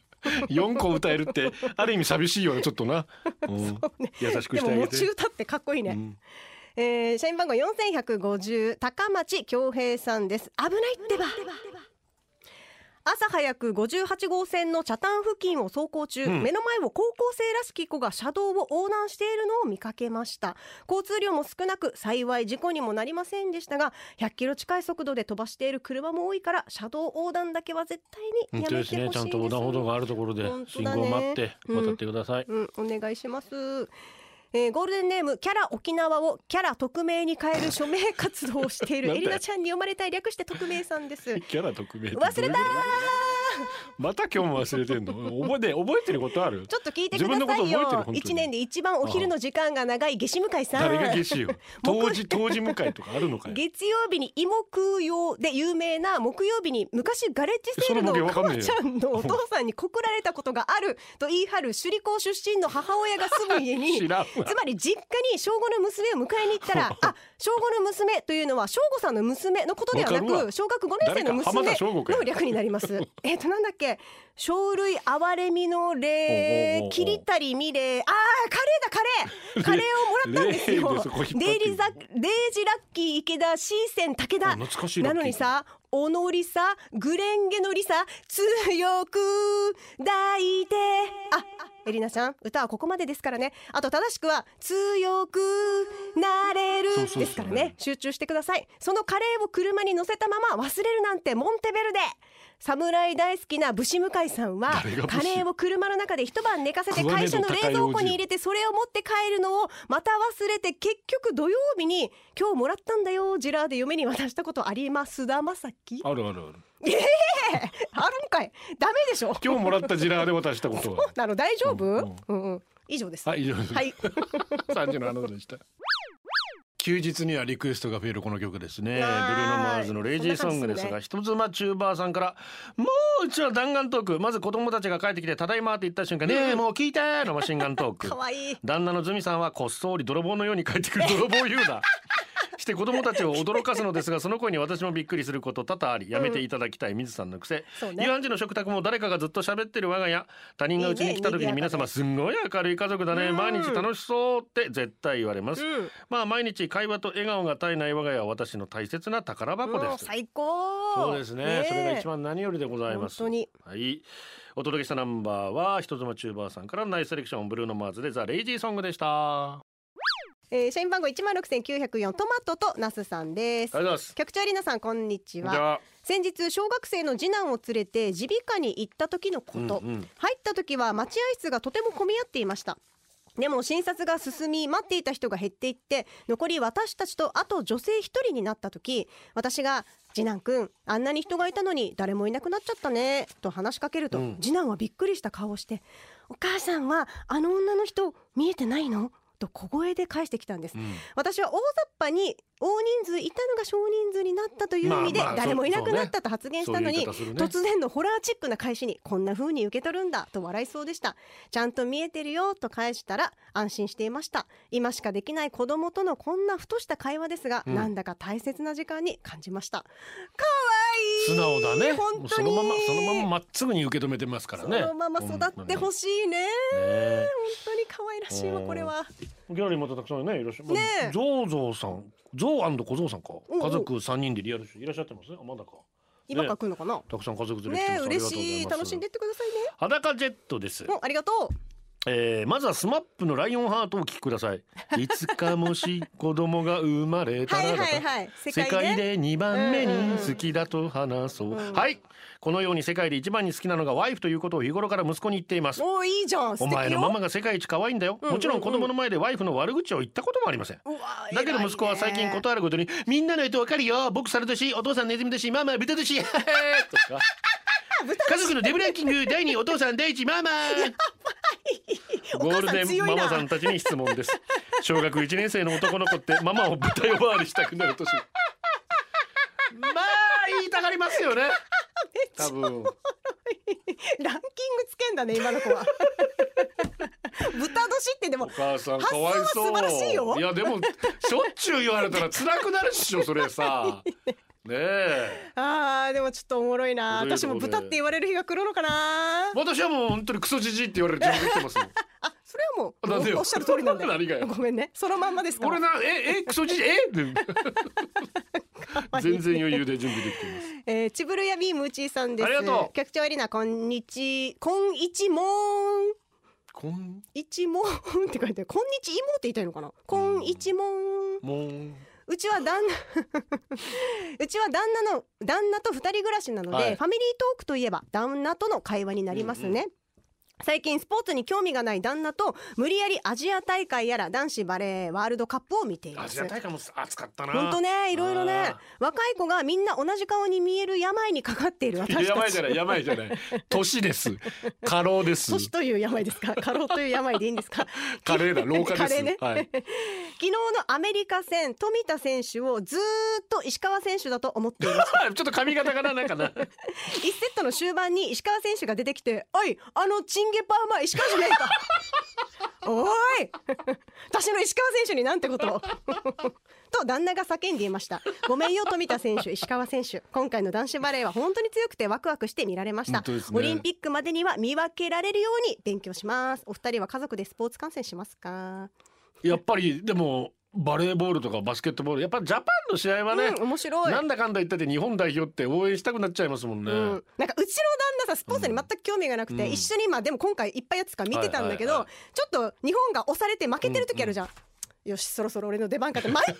S5: 四個歌えるってある意味寂しいよねちょっとな。うん優し く
S6: で
S5: して
S6: も
S5: あげ
S6: 持
S5: て
S6: ち。歌ってかっこいいね、
S5: うん
S6: えー社員番号4150高町恭平さんです危ないってば朝早く58号線の茶炭付近を走行中、
S5: うん
S6: 目の前を高校生らしき子が車道を横断しているのを見かけました交通量も少なく幸い事故にもなりませんでしたが100キロ近い速度で飛ばしている車も多いから車道横断だけは絶対
S5: 本
S6: にや
S5: 当で
S6: めてほし
S5: す
S6: いです
S5: ね。ちゃんと横断歩道があるところで
S6: 本当
S5: 信
S6: だね
S5: 号を待って渡ってください。
S6: うん、お願いします。えーゴールデンネームキャラ沖縄をキャラ匿名に変える署名活動をしてい る
S5: なんだ
S6: エリ
S5: よ
S6: ナちゃんに読まれたい略して匿名さ んです。
S5: キャラ特命ってどういうこ
S6: 忘
S5: と
S6: れたー
S5: また今日も忘れてんの覚えて覚えてることある
S6: ちょっと聞いてくだ
S5: 自分のこ
S6: さ
S5: と
S6: い
S5: 覚えてる本
S6: よ
S5: 当に
S6: 一年で一番お昼の時間が長い夏至向井さん
S5: 誰が 下手よ当時当時向かいとかあるのかよ
S6: 月曜日に芋食うよで有名な木曜日に昔ガレッジセール
S5: そのボケ
S6: の
S5: わか
S6: か
S5: んねえよ
S6: まちゃんのお父さんに告られたことがあると言い張る首里港出身の母親が住む家に
S5: 知らんわ
S6: つまり実家に小5の娘を迎えに行っ たらあ小5の娘というのは小5さんの娘のことではな
S5: わかるわ
S6: く小学5年生の娘
S5: 誰か浜田省吾かよ
S6: の略になります えっとなんだっけ生類憐れみの霊
S5: おうおうおう
S6: 切りたりみれあーカレーだカレーカレ ーをもらったんです
S5: 霊で
S6: よ
S5: そこ引っ張ってる
S6: デイリーザデイジラッキー池田シーセン武
S5: あ
S6: 田
S5: 懐かしいラッキ
S6: な
S5: ー
S6: のにさおのりさグレンゲのりさ強く抱いてあエリナちゃん歌はここまでですからねあと正しくは強くなれる
S5: そうそうそう
S6: ですからね集中してくださいそのカレーを車に乗せたまま忘れるなんてモンテベルデ侍大好きな武士向井さんは
S5: 誰が武士
S6: カレーを車の中で一晩寝かせて
S5: 食わね
S6: 会
S5: えぞ
S6: 社の冷蔵庫に入れてそれを持って帰るのをまた忘れて結局土曜日に今日もらったんだよジラーで嫁に渡したことありますだまさき
S5: あるあるある
S6: あるんかいダメでしょ
S5: 今日もらったジラーで渡したこと は
S6: なの大丈夫、
S5: う
S6: うんん
S5: うん
S6: うん以上です。
S5: はい以上です、
S6: はい、
S5: 3時の話でした休日にはリクエストが増えるこの曲ですねブル
S6: はーい
S5: ーノ・マーズのレイジーソングですが人妻チューバーさんから「もううちは弾丸トーク」まず子供たちが帰ってきて「ただいま」って言った瞬間「ねえもう聞いて!」のマシンガン トーク
S6: 可愛い
S5: 旦那のズミさんはこっそり泥棒のように帰ってくる泥棒ユーだして子供たちを驚かすのですがその声に私もびっくりすること多々ありやめていただきたい水さんの癖
S6: そうね
S5: 夕飯時の食卓も誰かがずっと喋ってる我が家他人がうちに来た時に皆様すんごい明るい家族だね
S6: うん
S5: 毎日楽しそうって絶対言われます
S6: うん
S5: まあ毎日会話と笑顔が絶えない我が家は私の大切な宝箱
S6: もう
S5: です
S6: 最高。
S5: そうですね
S6: え
S5: それが一番何よりでございます
S6: 本当に
S5: はいお届けしたナンバーは人妻チューバーさんからナイスセレクションブルーノマーズでザ・レイジーソングでした
S6: えー、社員番号一万六千九百四トマトとナスさんです
S5: あ。りがとうございます
S6: 局長エリナさんこんにち
S5: じ
S6: は。
S5: ゃあ
S6: 先日小学生の次男を連れて耳鼻科に行った時のこと。
S5: うんうん
S6: 入った時は待合室がとても混み合っていましたでも診察が進み待っていた人が減っていって残り私たちとあと女性一人になった時私が「次男くんあんなに人がいたのに誰もいなくなっちゃったね」と話しかけると、
S5: うん
S6: 次男はびっくりした顔をして「お母さんはあの女の人見えてないの?」と小声で返してきたんです私は大雑把に大人数いたのが少人数になったという意味で
S5: まあまあ
S6: 誰もいな
S5: そ
S6: く
S5: うそうね
S6: なったと発言したのに
S5: そういう言い方す
S6: 突然のホラーチックな返しにこんな風に受け取るんだと笑いそうでしたちゃんと見えてるよと返したら安心していました今しかできない子供とのこんなふとした会話ですが、
S5: うん
S6: なんだか大切な時間に感じましたか
S5: 素
S6: わいい
S5: 直だね
S6: 本当に
S5: もうそのままそのまままっすぐに受け止めてますから
S6: そ
S5: ね
S6: のまま育ってほ
S5: し
S6: しいね
S5: いね
S6: 本当に可愛らしいわこれは
S5: ギャラリーまたたくさんねいらっしゃ
S6: ねえ
S5: ゾウゾウさんゾウ小僧さんか
S6: うんうん
S5: 家族三人でリアルでいらっしゃってますねあまだか
S6: 今から来るのかな
S5: たくさん家族連れ来て
S6: ね
S5: ます
S6: 嬉しい楽しんで
S5: で
S6: ってくださいね
S5: 裸ジェットです
S6: うんありがとう
S5: えー、まずはスマップのライオンハートをお聞きくだ さいいつかもし子供が生まれた
S6: は
S5: ら
S6: い
S5: だ
S6: はいはい世
S5: 世界
S6: 界で
S5: で2番目
S6: うんうん
S5: に
S6: うん
S5: 好きだと話そう、
S6: うん
S5: はいこのように世界で一番に好きなのがワイフということを日頃から息子に言っています
S6: おーいいじゃん素
S5: お
S6: 敵よ
S5: 前のママが世界一可愛いんだよ、
S6: うんうんうん
S5: もちろん子供の前でワイフの悪口を言ったこともありません
S6: うわ
S5: だけど息子は最近
S6: 偉いね
S5: 断ることに「みんなの言うとわかるよ僕猿だしお父さんネズミだしママは豚 だし」とか「家族のデブランキング第2位お父さん第1位ママ」ゴールデンママさんたちに質問です小学1年生の男の子ってママを豚呼ばわりしたくなる年まあ言いたがります よね多分
S6: ランキングつけんだね今の 子は豚年ってで
S5: お
S6: も
S5: 母さんかわいそう
S6: 発想は素晴らしいよ
S5: やでもしょっちゅう言われたら辛くなるっしょそれ さねえ
S6: あーでもちょっとおもろいな
S5: どういうと
S6: 私
S5: こ
S6: も
S5: で
S6: 豚って言われる日が来るのかな
S5: 私はもう本当にクソじじいって言われる準備してますもん
S6: あそれはも
S5: あなんで
S6: う
S5: よ
S6: おっしゃる通りなんだ
S5: 何がよ
S6: ごめんねそのまんまですから
S5: 俺なええクソじじいえ って全然余裕で準備できています
S6: えー、ちぶるやビームーチーさんです
S5: ありがとう
S6: 局長エリナこんにちこんいちもん
S5: こん
S6: いちもんって書いてあるこんにちいもって言いたいのかなこんいちもん
S5: もん
S6: うちは旦那 うちは旦那の旦那と二人暮らしなので、
S5: はい
S6: ファミリートークといえば旦那との会話になりますね。最近スポーツに興味がない旦那と無理やりアジア大会やら男子バレーワールドカップを見てい
S5: ア
S6: ま
S5: ジ
S6: す
S5: ア。大会も暑かったな
S6: 本当ねいろいろね
S5: あ
S6: 若い子がみんな同じ顔に見える病にかかっている私たち
S5: やばいじゃないやばいじゃ ない年です過労です
S6: 年という病で すか過労という病でいいんですか
S5: カレーだ老化です
S6: カレーね
S5: はい
S6: 昨日のアメリカ戦富田選手をずーっと石川選手だと思っていました
S5: ちょっと髪型がななんかな
S6: 1セットの終盤に石川選手が出てきて「おいあのチンゲパーマ石川じゃねえか! 」 おい 私の石川選手になんてこと をと旦那が叫んでいましたごめんよ富田選手石川選手今回の男子バレーは本当に強くてワクワクして見られました、
S5: 本当ですね
S6: オリンピックまでには見分けられるように勉強しますお二人は家族でスポーツ観戦しますか
S5: やっぱりでも
S7: バレーボールとかバスケットボールやっぱジャパンの試合はね、
S6: うん、面白い
S7: なんだかんだ言ってて日本代表って応援したくなっちゃいますもんね、
S6: うん、なんかうちの旦那さスポーツに全く興味がなくて、
S7: うん
S6: 一緒にまあでも今回いっぱいやつとか見てたんだけど、
S7: はいはい
S6: ちょっと日本が押されて負けてる時あるじゃん、よしそろそろ俺の出番かって毎回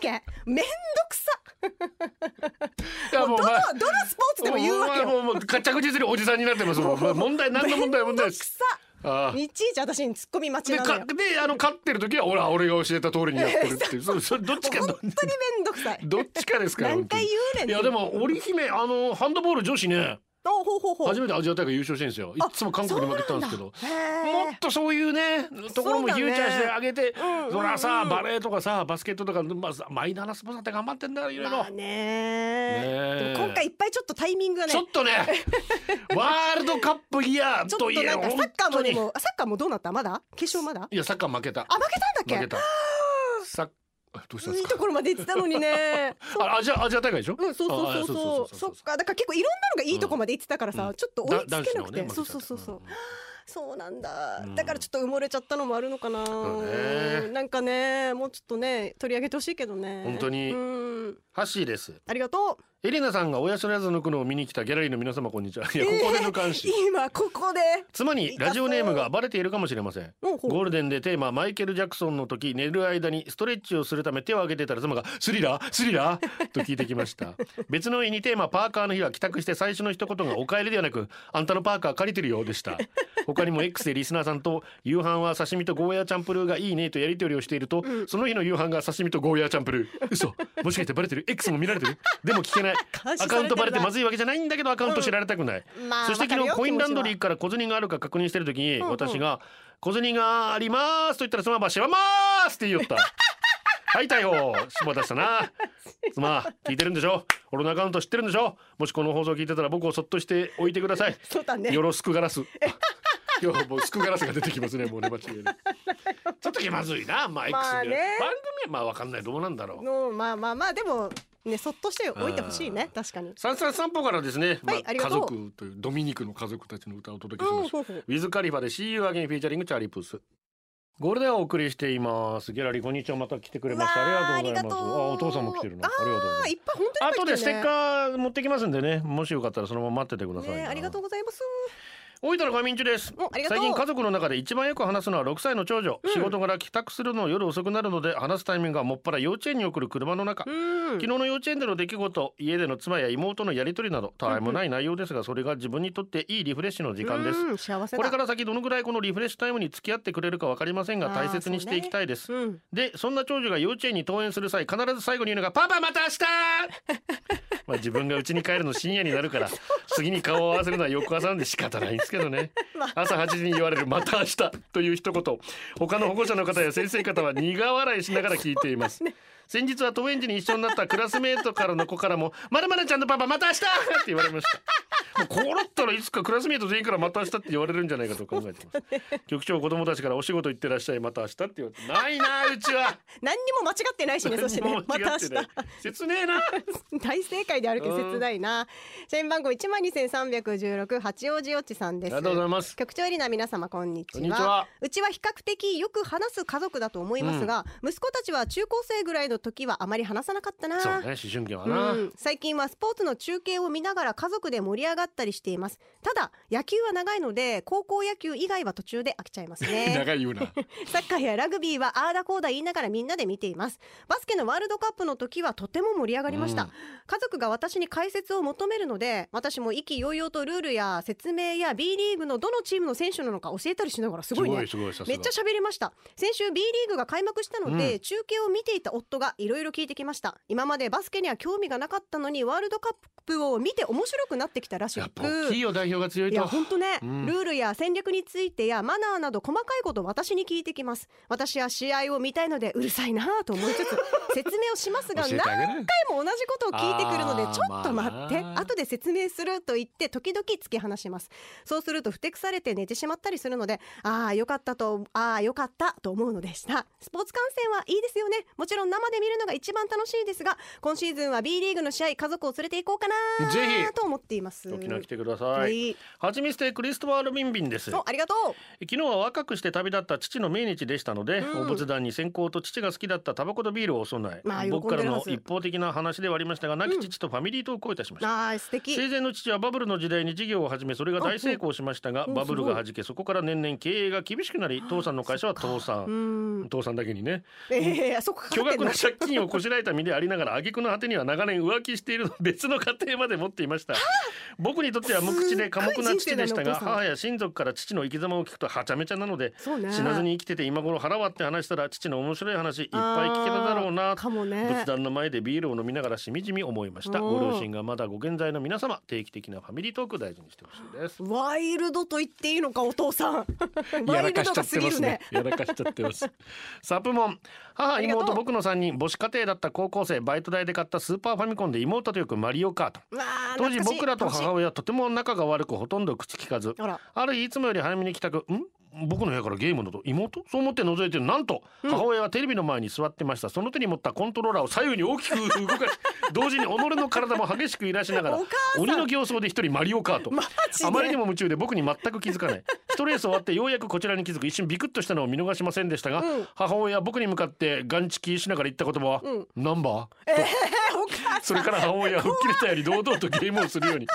S6: 言うわけ めんどくさ
S7: いや
S6: も
S7: も
S6: う
S7: う
S6: ど
S7: ま
S6: の
S7: あ
S6: どのスポーツでも言うわけよ
S7: もうもうもう着実におじさんになってますもんまあ問題何の問題も問
S6: めんど
S7: 題で
S6: く
S7: す
S6: さ
S7: ああ
S6: いちいち私に突っ込み待ち
S7: で
S6: なのよ
S7: かであの勝ってる時は俺は俺が教えた通りにやってるっていうそそれどっちか
S6: 本
S7: ど
S6: 当にめんどくさい
S7: どっちかですから
S6: 何回言うねん
S7: いやでも織姫あのハンドボール女子ね
S6: おほうほうほう
S7: 初めてアジア大会優勝してるんですよい
S6: あ
S7: つも韓国に負けてたんですけど
S6: そうなんだへ
S7: もっとそういうねところも
S6: そうだね
S7: フューチャーしてあげて
S6: んうんうん
S7: そらさバレーとかさバスケットとか、まあ、さマイナーなスポーツだって頑張ってんだよいろいろ
S6: まあね
S7: ねえ
S6: でも今回いっぱいちょっとタイミングがね
S7: ちょっ とねワールドカップイヤー
S6: ちょ
S7: と
S6: っ
S7: い
S6: と
S7: え
S6: なんかサッカーも
S7: 本当
S6: で
S7: に
S6: もあサッカーもどうなったまだ決勝まだ
S7: いやサッカー負けた
S6: あ負けたんだっ
S7: 負
S6: け
S7: けたサッあどうしたん
S6: いい
S7: です
S6: と
S7: か
S6: ころまで行ってたのにね
S7: あアジアアジア大会でしょ
S6: うんそう
S7: あ
S6: そ
S7: あ
S6: うそうそうそっかだから結構いろんなのがいいとこまで行ってたからさ、
S7: うん
S6: ちょっと追いつけなくて、
S7: だ男子のね
S6: そうそうそうそう、
S7: 負
S6: そうなんだ、
S7: うん
S6: だからちょっと埋もれちゃったのもあるのかな、
S7: うね
S6: なんかねもうちょっとね取り上げてほしいけどね
S7: 本当に
S6: うん
S7: ハッシーです
S6: ありがとう
S7: エリナさんが親しのやつ抜くのを見に来たギャラリーの皆様こんにちは。いやここでの監視。
S6: 今ここで
S7: 妻にラジオネームがバレているかもしれません。
S6: もう
S7: ゴ
S6: ほ
S7: ー
S6: う
S7: ルデンでテーママイケル・ジャクソンの時寝る間にストレッチをするため手を挙げてたら妻が「スリラースリラ ー?」と聞いてきました別の家にテーマパーカーの日は帰宅して最初の一言が「お帰り」ではなく「あんたのパーカー借りてるよ」でした他にも X でリスナーさんと「夕飯は刺身とゴーヤーチャンプルーがいいね」とやり取りをしていると、その日の夕飯が刺身とゴーヤーチャンプルー嘘もしかしてバレてる X も見られてるでも聞けない
S6: 監視されてるな
S7: アカウントバレてまずいわけじゃないんだけどアカウント知られたくない、
S6: まあ
S7: そして昨
S6: わかる
S7: 日
S6: よ
S7: コインランドリ
S6: 気持
S7: ーから小銭があるか確認してる時に
S6: うん
S7: 私が「小銭があります」と言ったら妻は「しばまーす」って言いよった。はい逮捕柴田した な妻聞いてるんでしょ俺のアカウント知ってるんでしょもしこの放送聞いてたら僕をそっとしておいてください
S6: そうだね
S7: よろすく ガラス今日もうすくガラスが出てきますねもうね間違いなく ちょっと気まずいなまあ X に
S6: まあね
S7: 番組はまあわかんないどうなんだろう
S6: のまあまあまあでもねそっとしておいてほしいね確かに
S7: 三三散歩からですね、
S6: はいありが
S7: 家
S6: とう
S7: 族というドミニクの家族たちの歌をお届けし
S6: う
S7: ま
S6: ん
S7: した、
S6: ほうほう
S7: ウィズカリファで See You Again フィーチャリングチャーリープースゴールデンをお送りしていますギャラリーこんにちはまた来てくれました
S6: うわー
S7: ありがとうございます
S6: ありがとう
S7: あお父さんも来てるなありがとうご
S6: あ
S7: ざ
S6: い
S7: い
S6: っぱい本当
S7: ま
S6: に
S7: す後
S6: いっぱい
S7: で
S6: 来て
S7: ス
S6: る
S7: テ
S6: ね
S7: ッカー持ってきますんでねもしよかったらそのまま待っててくださいな、
S6: ねありがとうございます
S7: 大分の仮眠中です
S6: おありがとう
S7: 最近家族の中で一番よく話すのは6歳の長女、仕事から帰宅するの夜遅くなるので話すタイミングがもっぱら幼稚園に送る車の中、
S6: うん
S7: 昨日の幼稚園での出来事家での妻や妹のやり取りなどたわいもない内容ですがそれが自分にとっていいリフレッシュの時間です
S6: うん幸せだ
S7: これから先どのぐらいこのリフレッシュタイムに付き合ってくれるか分かりませんが
S6: あー
S7: 大切にしていきたいです、
S6: うん
S7: でそんな長女が幼稚園に登園する際必ず最後に言うのが「パパまた明 日!」まあ自分が家に帰るの深夜にな るから次に顔を合わせるのは翌朝なんで仕方ないんですけどね朝8時に言われる「また明日!」という一言他の保護者の方や先生方は苦笑いしながら聞いています先日は登園時に一緒になったクラスメートからの子からも「まるまるちゃんのパパまた明日!」って言われましたもうこうなったらいつかクラスメート全員からまた明日って言われるんじゃないかと考えてます、局長子供たちからお仕事行ってらっしゃいまた明日って言われてな いなうちは
S6: 何にも間違ってないしねそしてね
S7: 何も
S6: ま
S7: 間
S6: た明
S7: 違ってない切ねえな
S6: 日 大正解であるけど切ないな社員番号一万二千三百十六八王子よっちさんです
S7: ありがとうございます
S6: 局長エリナ皆様こんにちは
S7: こんにちは
S6: うちは比較的よく話す家族だと思いますが、息子たちは中高生ぐらいの時はあまり話さなかったな
S7: そうね思春期は
S6: う
S7: な、
S6: ん、最近はスポーツの中継を見ながら家族で盛り上がったりしていますただ野球は長いので高校野球以外は途中で飽きちゃ いますね
S7: 長い言うな
S6: サッカーやラグビーは ああだこうだ言いながらみんなで見ていますバスケのワールドカップの時はとても盛り上がりました、
S7: うん
S6: 家族が私に解説を求めるので私も意気揚々とルールや説明や B リーグのどのチームの選手なのか教えたりしながらすごいね
S7: すごいさす
S6: め
S7: が
S6: っちゃ喋りました先週 B リーグが開幕したので、中継を見ていた夫がいろいろ聞いてきました今までバスケには興味がなかったのにワールドカップを見て面白くなってきたらし
S7: やっ
S6: く
S7: ぱ大きいよ代表が強い
S6: い
S7: と
S6: や本当ね、
S7: うん
S6: ルールや戦略についてやマナーなど細かいことを私に聞いてきます私は試合を見たいのでうるさいなぁと思いつ つ説明をしますが
S7: 教え
S6: 何
S7: てあげ
S6: 回
S7: る
S6: も同じことを聞いてくるので
S7: あー
S6: ちょっと待って、
S7: まあな
S6: 後で説明すると言って時々突き放しますそうするとふてくされて寝てしまったりするのでああよかったとああよかったと思うのでしたスポーツ観戦はいいですよねもちろん生で見るのが一番楽しいですが今シーズンは B リーグの試合家族を連れて行こうかな
S7: ぜひ
S6: と思っています
S7: 沖縄来てください。
S6: い。
S7: はちみつ亭クリストファール・ビンビンです。
S6: お、ありがとう。
S7: 昨日は若くして旅立った父の命日でしたので、
S6: うん
S7: お仏壇に線香と父が好きだったタバコとビールをお供え、
S6: まあ
S7: 僕から
S6: 喜んでるは
S7: の
S6: ず
S7: 一方的な話ではありましたが亡き父とファミリートークをいたしまし
S6: あ
S7: た。
S6: ー、素敵。
S7: 生前の父はバブルの時代に事業を始めそれが大成功しましたが
S6: うん
S7: バブルがはじけそこから年々経営が厳しくなり父さんの会社は倒
S6: う
S7: 産
S6: ん。
S7: 倒産だけにね
S6: ええー、そこかか
S7: 巨
S6: ってんの
S7: 額な。借金をこしらえた身でありながら挙句の果てには長年浮気している 別の家庭まで持っていました僕にとっては無口で寡黙な父でし
S6: すっご
S7: たが
S6: い人生だねお父さん
S7: 母や親族から父の生き様を聞くとはちゃめちゃなので
S6: そうね。
S7: 死なずに生きてて今頃腹割って話したら父の面白い話いっぱい聞けただろうな
S6: あーかもね
S7: 仏。壇の前でビールを飲みながらしみじみ思いました
S6: お
S7: ご
S6: ー
S7: 両親がまだご健在の皆様定期的なファミリートーク大事にしてほしいです
S6: ワイルドと言っていいのかお父さん。
S7: や
S6: ワ
S7: ら
S6: イ
S7: か
S6: ル
S7: し
S6: ド
S7: ち
S6: が
S7: ゃって
S6: す
S7: ま
S6: ぎ
S7: す
S6: る
S7: ね
S6: ね。
S7: やらかしちゃってますサプモン母
S6: ありがとう
S7: 妹僕の3人母子家庭だった高校生バイト代で買ったスーパーファミコンで妹とよくマリオカート
S6: うわー
S7: 当時
S6: 懐かしい
S7: 僕らと母
S6: 楽し
S7: 親はとても仲が悪くほとんど口聞かず
S6: いあら。
S7: ある日いつもより早めに帰宅ん僕の部屋からゲームのと妹そう思って覗いてるなんと
S6: うん
S7: 母親はテレビの前に座ってましたその手に持ったコントローラーを左右に大きく 動かし同時に己の体も激しく揺らしながら
S6: お母さん
S7: 鬼の形相で一人マリオカート
S6: マジで。
S7: あまりにも夢中で僕に全く気づかない一レース終わってようやくこちらに気づく一瞬ビクッとしたのを見逃しませんでしたが、
S6: うん
S7: 母親は僕に向かってガンチキしながら言った言葉は
S6: うん
S7: 「ナンバー?」
S6: えーお母さ
S7: そ
S6: ん。
S7: れから母親は吹っ切れたように堂々とゲームをするように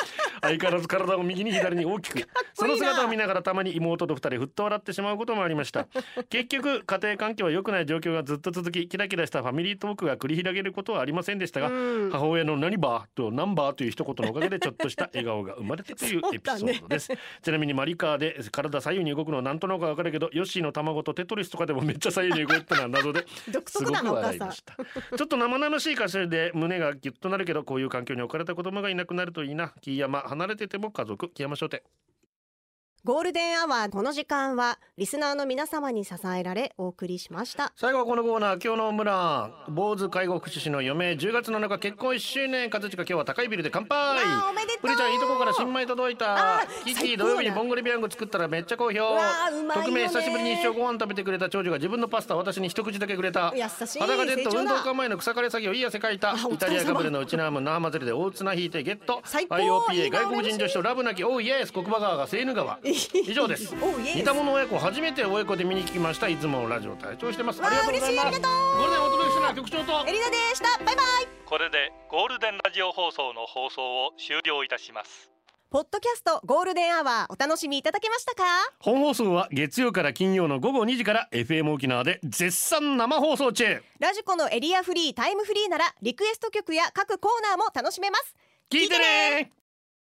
S7: 相変わらず体を右に左に大きく
S6: こ
S7: そ
S6: いい
S7: の
S6: な
S7: 姿を見ながらたまに妹と二人ふっと笑ってしまうこともありました結局家庭環境は良くない状況がずっと続きキラキラしたファミリートークが繰り広げることはありませんでしたが、
S6: うん
S7: 母親の「何バー?」と「ナンバー?」という一言のおかげでちょっとした笑顔が生まれたというエピソードです、ちなみにマリカーで体左右に動くのはなんとなくわかるけどヨッシーの卵とテトリスとかでもめっちゃ左右に動いたのは謎で
S6: 独
S7: す
S6: 特
S7: ご
S6: だな
S7: く
S6: お母
S7: 笑い
S6: さ
S7: ま
S6: ん
S7: し。た。ちょっと生々しい歌詞で胸がギュッとなるけどこういう環境に置かれた子供がいなくなるといいな。木山離れてても家族木山商店。
S6: ゴールデンアワーこの時間はリスナーの皆様に支えられお送りしました。
S7: 最後はこのコーナー今日のオムラン。坊主介護福祉士の余命10月7日結婚1周年。和親今日は高いビルで乾杯。
S6: わあおめでとう
S7: プリちゃんいいとこから新米届いた
S6: あ
S7: キ
S6: 最
S7: キ
S6: 高
S7: 土
S6: だ
S7: 曜日にボンゴレビアンゴ作ったらめっちゃ好評
S6: わあうまいよね
S7: 匿名久しぶりに一生ご飯食べてくれた長女が自分のパスタを私に一口だけくれた
S6: 優しい
S7: 裸ジェッ
S6: 成
S7: ト
S6: 長
S7: 運
S6: だ
S7: 動家前の草刈り作業いい汗かいた
S6: あお
S7: イ
S6: 疲
S7: タ
S6: れ様
S7: リアかぶれのうちなーむ那覇祭りで大綱引いてゲット
S6: 最高
S7: IOPA
S6: いいな
S7: 外国人女子とラブなきオーイエス黒馬川がセーヌ川以上です
S6: おうイエス
S7: 似たもの親子初めて親子で見に来ましたいつものラジオ体調してますあ
S6: わあ
S7: りがとうございます
S6: 嬉しいありがとう
S7: これでお届けしたのは局長と
S6: エリナでした。バイバイ。
S1: これでゴールデンラジオ放送の放送を終了いたします
S6: ポッドキャストゴールデンアワーお楽しみいただけましたか？
S7: 本放送は月曜から金曜の午後2時から FM 沖縄で絶賛生放送中
S6: ラジコのエリアフリータイムフリーならリクエスト曲や各コーナーも楽しめます。
S7: 聞いてね